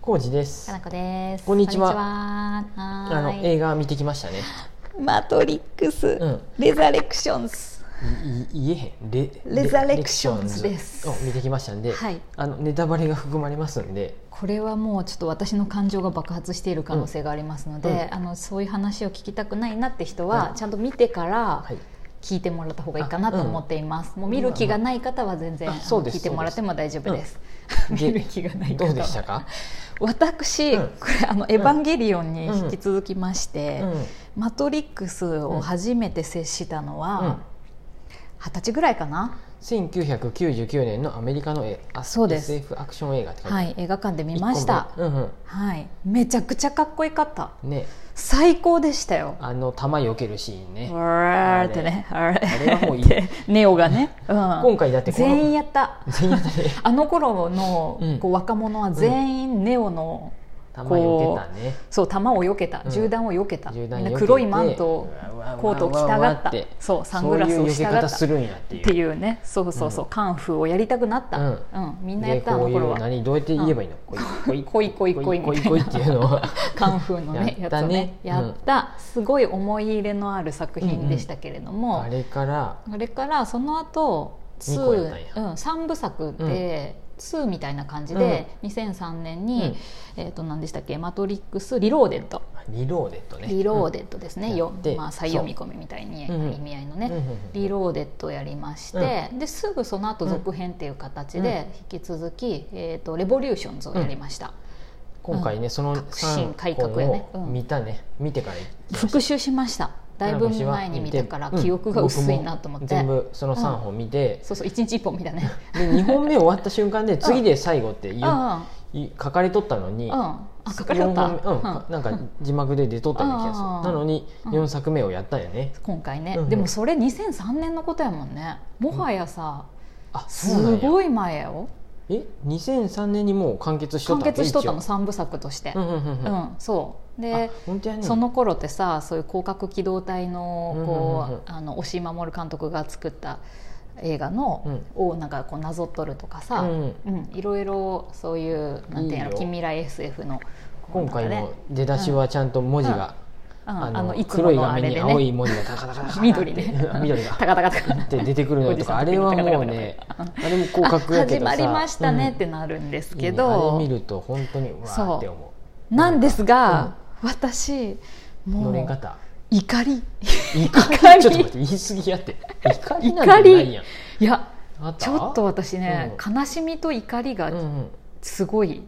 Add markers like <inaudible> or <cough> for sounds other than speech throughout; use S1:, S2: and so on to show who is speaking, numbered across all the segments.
S1: コウジです
S2: か。なこです。
S1: こんにちは
S2: こんにちは
S1: あの
S2: はーい
S1: 映画見てきましたね。
S2: マトリックス、
S1: ん
S2: レザレクションズ。
S1: いい言えへん。レ
S2: レザレクションズです
S1: を見てきましたんで、
S2: はい
S1: あのネタバレが含まれますんで、
S2: これはもうちょっと私の感情が爆発している可能性がありますので、
S1: うん
S2: あのそういう話を聞きたくないなって人は、
S1: うん
S2: ちゃんと見てから
S1: はい。
S2: 聞いてもらった方がいいかなと思っています。もう見る気がない方は全然、
S1: あ
S2: あの
S1: そうです
S2: 聞いてもらっても大丈夫です。
S1: うん
S2: <laughs>
S1: で
S2: 見る気がない方
S1: ど
S2: は
S1: うでしたか？
S2: 私、
S1: うん
S2: これあのエヴァンゲリオンに引き続きまして、
S1: うん
S2: マトリックスを初めて接したの
S1: う
S2: は
S1: ん
S2: 二十、歳ぐらいかな。
S1: 1999年のアメリカのえあ
S2: そうです
S1: SF アクション映画って書いてあ
S2: は
S1: る
S2: い、映画館で見ました
S1: 一。個目うん
S2: はい、めちゃくちゃかっこよかった。
S1: うん。ね、
S2: 最高でしたよ。
S1: あの弾避けるシーンね。
S2: わーってね、あれ
S1: あれはもういい
S2: って <laughs> ネオがね、うん、
S1: 今回だってこの
S2: 全員やった。
S1: 全員やったね。
S2: あの頃の
S1: うん
S2: こう若者は全員ネオの、
S1: 弾避けたね。
S2: そう弾を避けた、
S1: うん
S2: 銃弾を避けた、
S1: 銃弾避けて
S2: 黒いマントを
S1: うわうわうわうわ
S2: コートを着たがった
S1: って、
S2: そうサングラスをし
S1: そういう避け
S2: たが
S1: 方
S2: った
S1: す
S2: っ
S1: るんやっていう。
S2: ていうね、そうそうそう、カンフーをやりたくなった、
S1: う
S2: うんん、みんなやったあの
S1: でこう
S2: 頃
S1: いう
S2: は。
S1: 何どうやって言えばいいの？
S2: こいこ <laughs> いこい
S1: こ
S2: み
S1: い
S2: たいな
S1: こいっていうのは。
S2: カンフーのね
S1: やっ
S2: やったた
S1: ね
S2: ねやった、すごい思い入れのある作品でしたけれど <laughs> も、
S1: あれから
S2: あれからその後
S1: 二個やったんや
S2: 2、うん、3部作で、2みたいな感じで、2003年に、えー、と何でしたっけ「マトリックス・リローデッド」
S1: リローデッドね。
S2: リローデッドですね、
S1: うん
S2: よ
S1: やって
S2: まあ、再読み込みみたいに意
S1: そううん
S2: 味合いのね、
S1: うんうんうん
S2: リローデッドやりまして、ですぐその後続編っていう形で引き続き「えー、とレボリューションズ」をやりました、
S1: 今回ね、その
S2: 革新改革やね
S1: を見たね、見てから行きました
S2: 復習しましただいぶ前に見たから記憶が薄いなと思って、
S1: うん僕も全部その3本見て、
S2: そうそう1日1本見たね
S1: で2本目終わった瞬間で次で最後って言う
S2: あ
S1: い書かれとったの
S2: <laughs> あう
S1: に
S2: んあかかりよった、
S1: 四本目うん
S2: うん
S1: なんか字幕で出とったような気がする
S2: あー
S1: なのに
S2: うん
S1: 4作目をやったんやね
S2: 今回ね、
S1: うん
S2: でもそれ2003年のことやもんねもはやさ、
S1: あそうな
S2: す
S1: んや
S2: ごい前やよ
S1: え2003年にもう完結しとっ
S2: 完
S1: たんけ
S2: 結しとったの
S1: 一
S2: 3部作として
S1: 応うんうんうん
S2: う、
S1: うんんあ
S2: そうで
S1: 本当やね
S2: その頃ってさそういう広角機動隊の
S1: うんうんうん
S2: こ
S1: う
S2: うあの押井守監督が作った映画のをなんかこうなぞっとるとかさ、
S1: うん
S2: うんいろいろそういうなんていう
S1: いいよ
S2: の近未来 SF のこう
S1: 今回
S2: なんか
S1: の
S2: ね
S1: 出だしはちゃんと文字が、
S2: うん
S1: あの
S2: あのいつも
S1: 黒い
S2: の
S1: 画
S2: あ
S1: 面
S2: れ
S1: に
S2: で
S1: 青い
S2: ね
S1: 文字がタカタカタカタ
S2: 緑
S1: って
S2: ね
S1: <laughs> 緑が
S2: タカタカタカ
S1: って出てくる
S2: <laughs>
S1: のとかあれはもうねあれも広角やけど
S2: 始
S1: さ
S2: まりましたねっ
S1: うん
S2: てなるんです
S1: いい
S2: け
S1: ね
S2: ど、
S1: あれ見ると本当にうわーって思う
S2: なんですが、私も
S1: 乗
S2: う
S1: れんかった
S2: 怒り
S1: 怒り
S2: 怒り
S1: ちょっと待って言い過ぎやって怒りなん
S2: 怒
S1: て
S2: り
S1: ないやん
S2: いや
S1: あった
S2: ちょっと私ね、
S1: う
S2: 悲しみと怒り
S1: うんう
S2: が
S1: ん
S2: すごい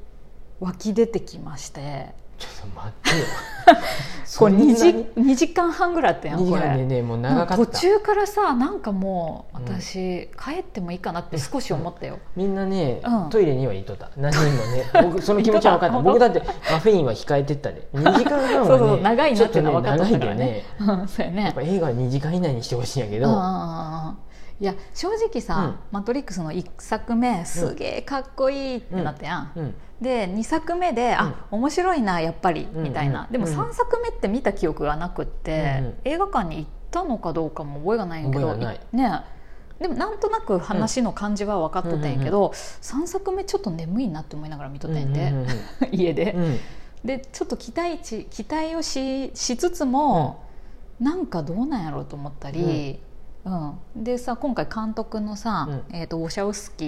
S2: 湧き出てきまして、
S1: ちょっと待ってよ
S2: <laughs> これ
S1: そんなに
S2: 2, 時二時間半ぐらいあったやん
S1: い
S2: こ
S1: や
S2: れ、
S1: ねねもう
S2: も
S1: 長
S2: う
S1: か
S2: 途
S1: った
S2: 中からさなんかもう
S1: うん
S2: 私、帰ってもいいかなって少し思ったよ <laughs>
S1: みんなね、
S2: うん
S1: トイレには行っとった何人もね
S2: <laughs>
S1: 僕その気持ちは分かった
S2: 行っ
S1: 僕
S2: と
S1: だ
S2: た
S1: ってカフェインは控えてったで2時間半はね
S2: <laughs> そうそう長いなってのは分かっと
S1: ちょ
S2: っ
S1: と
S2: た
S1: ね
S2: から
S1: 長いよね
S2: ねうんそうや
S1: やっ
S2: ね
S1: ぱ映画は2時間以内にしてほしいんやけ
S2: うんうんうんう
S1: ど
S2: んいや正直さ「マトリックス」の1作目すげえかっこいいってなったやん、
S1: うん
S2: で2作目で、あ面白いなやっぱり
S1: うん
S2: みたいな、
S1: うん
S2: でも
S1: うん
S2: 3作目って見た記憶がなくって、
S1: うんうん
S2: 映画館に行ったのかどうかも覚えがないんやけど
S1: 覚えがない
S2: ねでもなんとなく話の感じは分かっとったんやけど、3作目ちょっと眠いなって思いながら見とったんやて、
S1: うんうん
S2: <laughs> 家で、
S1: うんうん
S2: でちょっと期待値期待をししつつも、なんかどうなんやろうと思ったり、うんでさ今回監督のさ、
S1: うん
S2: えー、とウォシャウスキ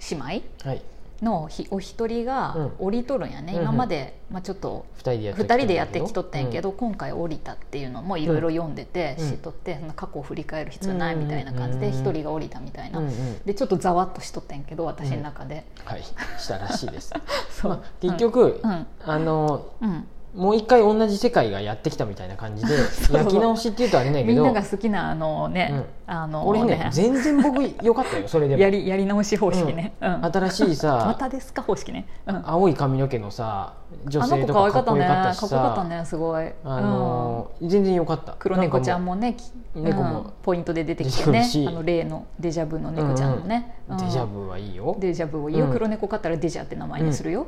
S2: ー姉妹
S1: はい
S2: のひお一人が降りとるんやね、
S1: うん
S2: 今まで、まあ、ちょっと
S1: 2人でやってきと
S2: 2
S1: ったんやけど
S2: 人でやってきとったんやけど、今回降りたっていうのもいろいろ読んでて
S1: うん
S2: 知っとって、そんな過去を振り返る必要ないみたいな感じで
S1: うん
S2: 一人が降りたみたいな、
S1: うんうん
S2: でちょっとざわっとしとったんやけど私の中で、
S1: はいしたらしいです
S2: <laughs> そう
S1: まあ結局、
S2: うん
S1: あの
S2: うん
S1: もう一回同じ世界がやってきたみたいな感じで
S2: <laughs> そう
S1: 焼き直しっていうとあれなんやけ
S2: みん
S1: ど
S2: なが好きなあのね、あの
S1: 俺ね全然僕良かったよそれでも
S2: やりやり直し方式ね、うん
S1: 新しい
S2: ま
S1: さ
S2: たですか方式ね、うん、あ
S1: 青い髪の毛のさ女
S2: の
S1: 性
S2: 子
S1: と
S2: 可
S1: かか
S2: 愛か
S1: っ
S2: った
S1: こ
S2: ね
S1: よかった
S2: か
S1: し
S2: っこよかった
S1: さ
S2: ねすごい、
S1: あ
S2: うん
S1: のー全然良かった
S2: 黒猫ちゃん
S1: も
S2: もねき
S1: 猫も
S2: うんポイントで出て
S1: 出
S2: き
S1: て
S2: て
S1: くる
S2: ね
S1: し
S2: あの例のデジャブの猫ちゃんのね、
S1: デジャブはいいよ
S2: うんデジャブを言う、
S1: うん
S2: 黒猫飼ったらデジャって名前にするよ、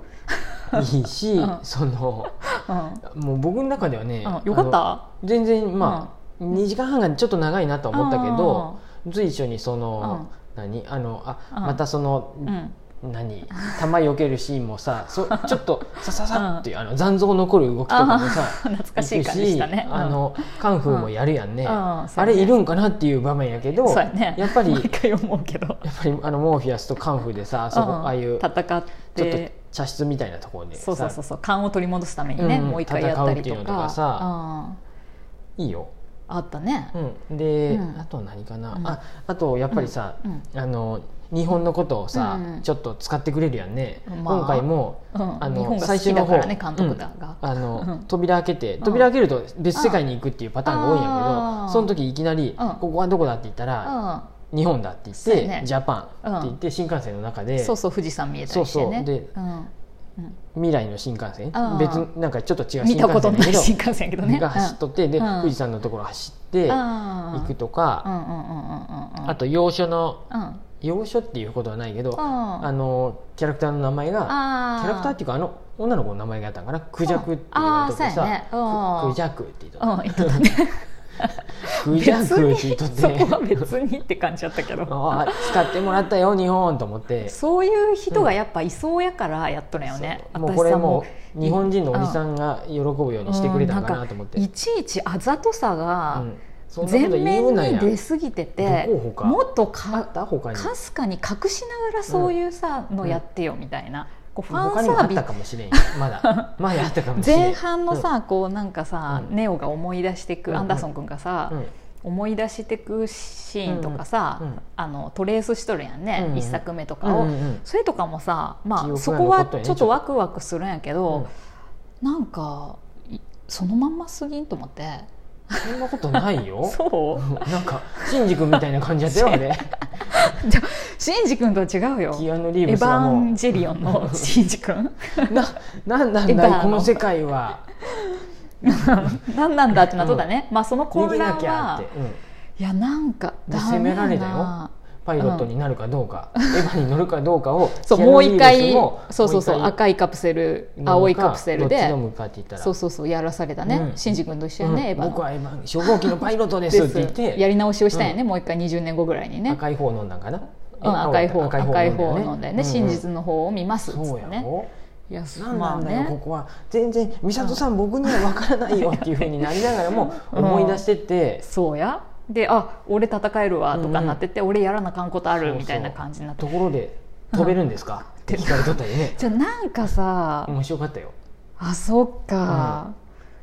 S1: いいし、
S2: うん
S1: その
S2: うんうん
S1: もう僕の中ではね、
S2: よか
S1: あ
S2: っ
S1: の
S2: た
S1: 全然まあ、2時間半がちょっと長いなとは思ったけど、随所にその、何あのあ、
S2: うん
S1: またその、
S2: うんうん
S1: 何弾避けるシーンもさそちょっ
S2: <laughs>
S1: とさささっていうあの残像残る動きとかもさ
S2: あー懐かしい
S1: 行く
S2: 感じしたねうん
S1: あのカンフーもやるやんね、
S2: うんうんそう
S1: あ
S2: やね
S1: れいるんかなっていう場面やけど
S2: そうやね
S1: っぱりやっ
S2: 毎回思うけど
S1: ぱりあのモーフィアスとカンフーでさあそこ、
S2: うん
S1: ああいうちょっ
S2: 戦っ
S1: と
S2: て
S1: 茶室みたいなところでさ
S2: そうそうそうそう勘を取り戻すためにね、
S1: うんうん
S2: もう一回やったりと
S1: 戦うってい
S2: か
S1: うのとかさいいよ、
S2: うんあったね、
S1: うん、で、
S2: うん
S1: あとは何かな、
S2: うん
S1: ああとやっぱりさ、
S2: うん
S1: あの日本のことをさ、
S2: うん
S1: ちょっと使ってくれるやんね、
S2: まあ
S1: 今回も
S2: うん
S1: あの
S2: 日本が
S1: 最
S2: 好
S1: 初
S2: き
S1: の
S2: だ
S1: 方
S2: からね監督だが、
S1: あ
S2: う
S1: の
S2: ん
S1: 扉開けて
S2: ん
S1: 扉開けると別世界に行くっていうパターンが多いんやけ
S2: あ
S1: ど
S2: ー
S1: その時いきなり
S2: うん
S1: 「ここはどこだ?」って言ったら「日本だ」って言っ
S2: そうや
S1: て
S2: ね
S1: 「ジャパン」って言って新幹線の中
S2: うん
S1: で
S2: そうそう富士山見えたりしてね
S1: そうそうで
S2: うんうん
S1: 未来の新幹線
S2: あー
S1: 別なんかちょっと違う
S2: 見
S1: 新
S2: たこ
S1: 幹
S2: と
S1: 線
S2: ない
S1: だ
S2: 新
S1: け
S2: 幹線やけど
S1: ど
S2: ね
S1: が走っとってで
S2: うん
S1: 富士山のところ走って行
S2: 行
S1: くとかあ
S2: あ
S1: と要所の
S2: うん
S1: 要所っていうことはないけどあ
S2: あ
S1: のキャラクターの名前がキ
S2: あ
S1: ャラクターっていうかあの女の子の名前があったんかなクジャクっていうのとって
S2: あーそうやね
S1: さ
S2: うん
S1: クジャクって言っとった
S2: うん言っとっ
S1: <laughs>
S2: たね
S1: クジャクって言っとっ
S2: そこは
S1: て
S2: 別にって感じだったけど
S1: ああ使ってもらったよ日本と思って
S2: そういう人がやっぱいそうやからやっとるよね
S1: そうもう
S2: 私
S1: これ
S2: さ
S1: も
S2: う
S1: う日本人のおじさんが喜ぶようにしてくれたんかなと思って、
S2: うんなんかいちいちあざとさが
S1: うんそんな
S2: 前
S1: こと言う
S2: 面
S1: な
S2: に
S1: や
S2: 出すぎてて
S1: どこ他
S2: もっと
S1: あ
S2: か
S1: った他に
S2: かすかに隠しながらそういうさのやってよみたいなこうファ
S1: 他に
S2: ンサ
S1: もあ
S2: ー
S1: っ
S2: ビ
S1: た
S2: ス
S1: かもしれんよま
S2: <laughs>
S1: だまだあったかもしれん
S2: 前半のさこうなんかさ
S1: うん
S2: ネオが思い出して
S1: う
S2: く
S1: んうん
S2: アンダーソン君が
S1: う
S2: さ
S1: ん
S2: 思い出してくシーンとか
S1: う
S2: さ
S1: ん
S2: あのトレースしとるやん
S1: うん
S2: ね
S1: うん
S2: 一作目とか
S1: うんう
S2: を
S1: んうん
S2: それとかもさ
S1: 記
S2: まあ
S1: 憶
S2: そ
S1: が
S2: こ
S1: 残
S2: は
S1: っとるよね
S2: ちょっとワクワクするんやけ
S1: うん
S2: どなんかいそのまんますぎんと思って
S1: そんなことないよ
S2: <laughs> そう
S1: なんかシンジ君みたいな感じやったよあ
S2: <laughs>
S1: れ
S2: じゃシンジ君とは違うよ
S1: キアヌ・リー
S2: エヴ
S1: ブスは
S2: ァ
S1: も
S2: ンジリオンのシンジ君 <laughs>
S1: うななんなん
S2: エヴァ
S1: だ
S2: の
S1: この世界は
S2: 何なんだってなっとったね、まあその
S1: 逃
S2: 混
S1: げな
S2: 乱
S1: きゃっ
S2: は
S1: て、うん
S2: いやなんか
S1: で
S2: ダ
S1: 攻
S2: メ
S1: め
S2: や
S1: られたよ
S2: な
S1: パイロットになるかどうか、エヴァに乗るかどうかを
S2: そう
S1: キアヌ
S2: もう一回
S1: リーブスも
S2: そうそうそう
S1: も一回
S2: 赤いカプセル
S1: 飲むか
S2: 青いカプセル
S1: どっち
S2: で
S1: 飲むかって言ったら
S2: そうそうそうやらされたね、
S1: うん
S2: シンジ君と一緒やね、エヴ
S1: うん
S2: ァの
S1: 僕はエヴァ初号機のパイロットですって言っ
S2: <laughs> や
S1: て
S2: り直しをしたんやね、もう一回20年後ぐらいにね
S1: 赤い方飲んだんかな、
S2: うん、赤い方
S1: 赤
S2: 赤
S1: い
S2: い
S1: 方
S2: 方を飲んだよね、真
S1: の
S2: 実の方を見ますっつ
S1: そう
S2: っ
S1: や
S2: て
S1: ろ、
S2: ねいや
S1: なんなんだよ、こ
S2: ね
S1: こは全然美里さん、僕には分からないよっていうふうになりながらも
S2: うん
S1: 思い出してって、
S2: そうやであ俺戦えるわとかなってて、俺やらなあかんことあるみたいな感じになって
S1: ところで飛べるんですか、って聞かれとったりね
S2: じゃあなんかさ、
S1: 面白かったよ
S2: あそっか、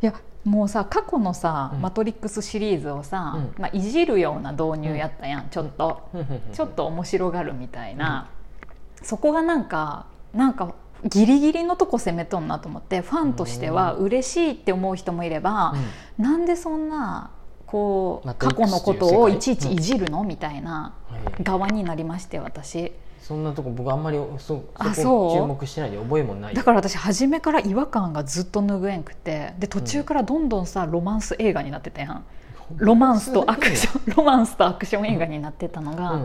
S2: いやもうさ過去のさ「
S1: うん
S2: マトリックス」シリーズをさ、
S1: うん
S2: まあ、いじるような導入やったやんちょっと、ちょっ
S1: と
S2: と面白がるみたいな、そこがなんかなんかギリギリのとこ攻めとんなと思ってファンとしては嬉しいって思う人もいれば、なんでそんなこう
S1: マトリ
S2: 過
S1: ック
S2: 去
S1: ス
S2: の
S1: って
S2: こ
S1: いう世界
S2: とをいちいちいじるの、みたいな側になりまして私。
S1: そんなとこ僕あんまりそ
S2: あ
S1: そこ
S2: そう
S1: 注目してないで覚えもない
S2: だから私初めから違和感がずっと拭えんくてで途中からどんどんさロマンス映画になってたやんロマンスとアクション <laughs> ロマンスとアクション映画になってたのが、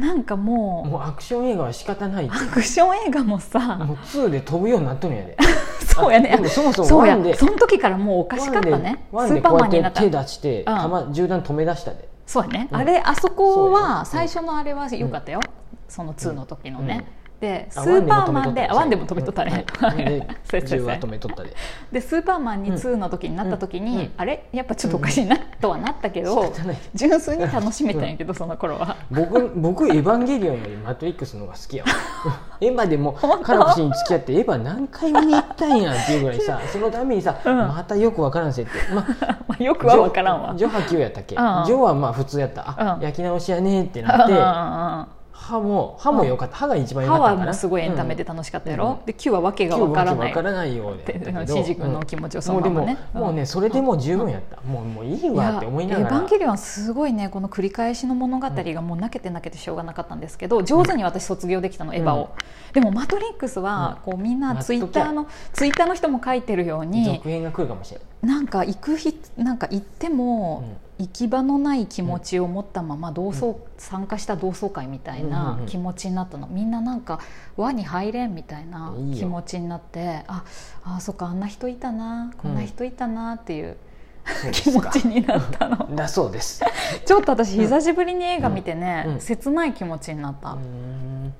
S2: なんか
S1: うん
S2: も
S1: もうアクション映画は仕方ないう
S2: アクション映画もさ
S1: もう2で飛ぶようになっとるんや
S2: <laughs>
S1: で
S2: そうやね
S1: あでもそもそも
S2: そうや
S1: ワンで
S2: その時からもうおかしかったねス
S1: ワンでワン
S2: ー
S1: で
S2: パ
S1: こ
S2: ー
S1: う
S2: マ
S1: や
S2: ンにな
S1: っ
S2: ってた
S1: 手出して、弾銃弾止め出したで
S2: そうやね、
S1: うん
S2: あれあそこ
S1: そうや
S2: は
S1: うん
S2: 最初のあれは良かったよ、その2の時のね、でス
S1: あ
S2: ーパーマンであワ
S1: ワ
S2: ン
S1: ン
S2: で
S1: で
S2: も
S1: も
S2: 止
S1: 止
S2: め
S1: め
S2: と
S1: と
S2: っ
S1: ったた
S2: ね
S1: ね、
S2: <laughs> そう
S1: で
S2: そうそう
S1: 銃は止めとったで
S2: でスーパーマンに2の時になった時に、
S1: うん
S2: あれやっぱちょっとおかしいな、とはなったけど
S1: 仕方ない
S2: 純粋に楽しめたんやけど、その頃は <laughs>
S1: 僕僕エヴァンゲリオンよりマトリックスの方が好きやわ
S2: <laughs>
S1: エヴァでも
S2: 本当
S1: カラフ氏に付き合ってエヴァ何回見に行ったんやんっていうぐらいさそのためにさ、
S2: うん
S1: またよくわからんせって、まあ、
S2: まあよくは分からんわ
S1: ジョジョ波級やったっけ、
S2: うん
S1: ジョはまあ普通やったあ、
S2: うん
S1: 焼き直しやねーってなって
S2: 歯
S1: 歯も歯も良かった歯が一番良かった
S2: は
S1: んか
S2: も
S1: な
S2: うすごいエンタメで楽しかったやろ、
S1: うん
S2: で Q は訳
S1: 今
S2: が
S1: 日わ
S2: 分から
S1: け
S2: な
S1: わ
S2: い
S1: からないよう
S2: って
S1: やったけど
S2: シジ君の気持ちをそ
S1: もう
S2: の
S1: で
S2: まま
S1: も
S2: ね
S1: もうねそれでもう十分やった、もうもういいわって思いなが
S2: やエヴァンゲ
S1: ら
S2: リオンはすごいねこの繰り返しの物語がもう泣けて泣けてしょうがなかったんですけど上手に私卒業できたの、エヴァをでも「マトリックスは」こうみんなツイッターのツイッターの人も書いてるように
S1: 続編が来るかもしれない、
S2: なんか行く日なんか行っても行き場のない気持ちを持ったまま同窓、参加した同窓会みたい
S1: うんうん
S2: な
S1: うん
S2: 気持ちになったの、みんななんか輪に入れんみたいない
S1: いよ
S2: 気持ちになってああそっかあんな人いたなこんな人いたなっていう
S1: そうで
S2: 気
S1: す
S2: 持
S1: か
S2: ちになったの、 <laughs>
S1: だそうです
S2: ちょっと私久しぶりに映画見てね、
S1: うん
S2: 切ない気持ちになった、
S1: うーん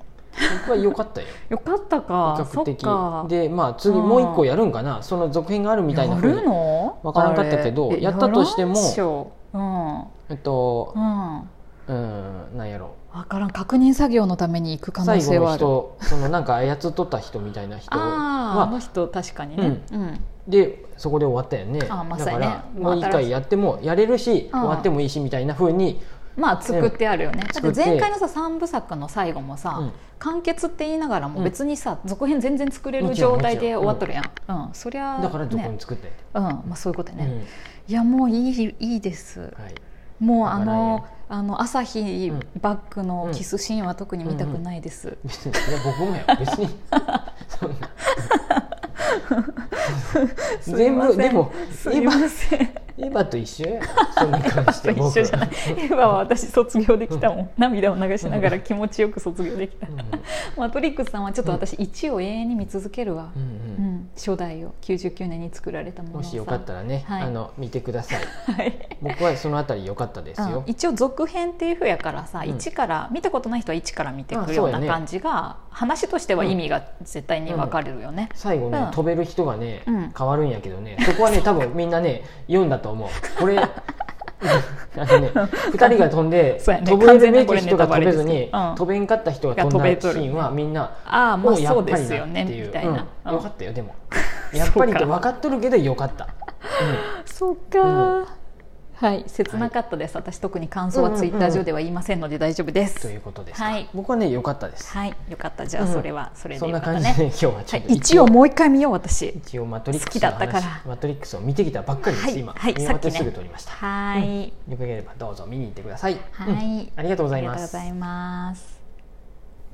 S1: 僕は良かったよ
S2: よかった
S1: 比
S2: かそ
S1: 較
S2: っ
S1: 的
S2: か
S1: でまあ次
S2: うん
S1: もう一個やるんかなその続編があるみたいな
S2: や
S1: 風に
S2: るの
S1: わからんかったけど
S2: あれえ
S1: やったとしても
S2: やらんっしょうんうん
S1: えっと
S2: 分
S1: うんなんやろ
S2: からん確認作業のために行く可能
S1: 最
S2: 性
S1: 後
S2: は
S1: の
S2: ある
S1: 人そのなんか操っとった人みたいな人
S2: あああ
S1: は
S2: の人確かにねうん
S1: でそこで終わったよね
S2: あ
S1: だ
S2: まあ
S1: か
S2: そうや
S1: ら
S2: ね
S1: もう一回やってもやれるし
S2: うん
S1: 終わってもいいしみたいな風に
S2: まあ作ってあるよねだっ
S1: 作
S2: て
S1: って
S2: 前回のさ3部作の最後も
S1: う
S2: さ
S1: ん
S2: 完結って言いながらも
S1: うん
S2: 別にさ続編全然作れる
S1: もちろん
S2: 状態
S1: もち
S2: で
S1: ろん
S2: 終わっとるやんうんそりゃ
S1: だからどこ
S2: ね
S1: に作ったんや
S2: うんまあそういうことや
S1: ね
S2: ねいやもういいいいです
S1: うんはい
S2: もうあ
S1: わからん
S2: の
S1: よ
S2: あの朝日
S1: うん
S2: バックのキスシーンは特に見たくないです
S1: 別にいや僕もや別
S2: <laughs>
S1: にそんな
S2: すいませ
S1: 全部
S2: ん
S1: でも
S2: す
S1: エ
S2: い
S1: ヴ
S2: ま
S1: ァ
S2: せん
S1: エヴァと一緒やそれに関して
S2: <laughs> 一
S1: 僕
S2: 緒じゃないエヴァは私卒業できたもん涙を流しながら気持ちよく卒業できた
S1: うん
S2: マトリックスさんはちょっと私1を永遠に見続けるわ、
S1: う
S2: うんん、初代を99年に作られたも
S1: うん
S2: のを
S1: も
S2: さ
S1: しよかったらね
S2: はい
S1: あの見てください
S2: <laughs> はい
S1: 僕はそのあたり良かったです
S2: うん
S1: よ
S2: 一応続編っていうふうやからさ、
S1: うん
S2: 一から見たことない人は1から見てく
S1: あ
S2: るよ
S1: そううや
S2: な
S1: ね
S2: 感じが、話としては意味が絶対に分かれるよね、
S1: 最後ね、
S2: うん
S1: 飛べる人がね、
S2: うん
S1: 変わるんやけどねそこはね多分みんなね読んだと思うこ
S2: <laughs>
S1: れあのね2人が飛んで、
S2: そうやね
S1: 飛べるべき人が飛べ
S2: 完全なこれ
S1: ず
S2: ネ
S1: に、
S2: タバレですけどうん
S1: 飛べんかった人が飛ん
S2: が飛べ
S1: だ
S2: とる
S1: シーンはみんな
S2: ああまあ
S1: もうや
S2: そ
S1: っ
S2: う
S1: ぱ
S2: で
S1: り
S2: す
S1: な
S2: よね
S1: ってい
S2: み
S1: う
S2: たいな、
S1: うん
S2: うん
S1: よかったよでも
S2: <laughs>
S1: やっぱりって
S2: そうか
S1: 分かっとるけどよかった、
S2: そうか、はい切なかったです、私特に感想は
S1: うんうん
S2: ツ
S1: う
S2: イ
S1: ん
S2: ッター上では言いませんので大丈夫で
S1: うん
S2: す、
S1: ということですか、
S2: はい
S1: 僕はね良かったです、
S2: はいよかったじゃあ
S1: うん
S2: それは、それ
S1: そ
S2: で
S1: ん
S2: よか
S1: な
S2: った
S1: 感じで
S2: ね
S1: <laughs> 今日はち
S2: は
S1: ょっ
S2: い
S1: と、
S2: 一応もう一回見よう私
S1: 一応マトリック
S2: 好き
S1: ス
S2: だ
S1: の
S2: ったから
S1: 話マトリックスを見てきたばっかりです、
S2: はい
S1: 今、
S2: はい
S1: 見終わって
S2: さっきね
S1: すぐ撮りました、
S2: はい、
S1: よければどうぞ見に行ってください、
S2: はい
S1: うんありがとうござ
S2: あ
S1: い
S2: りがとう
S1: ま
S2: ご
S1: す
S2: ざいます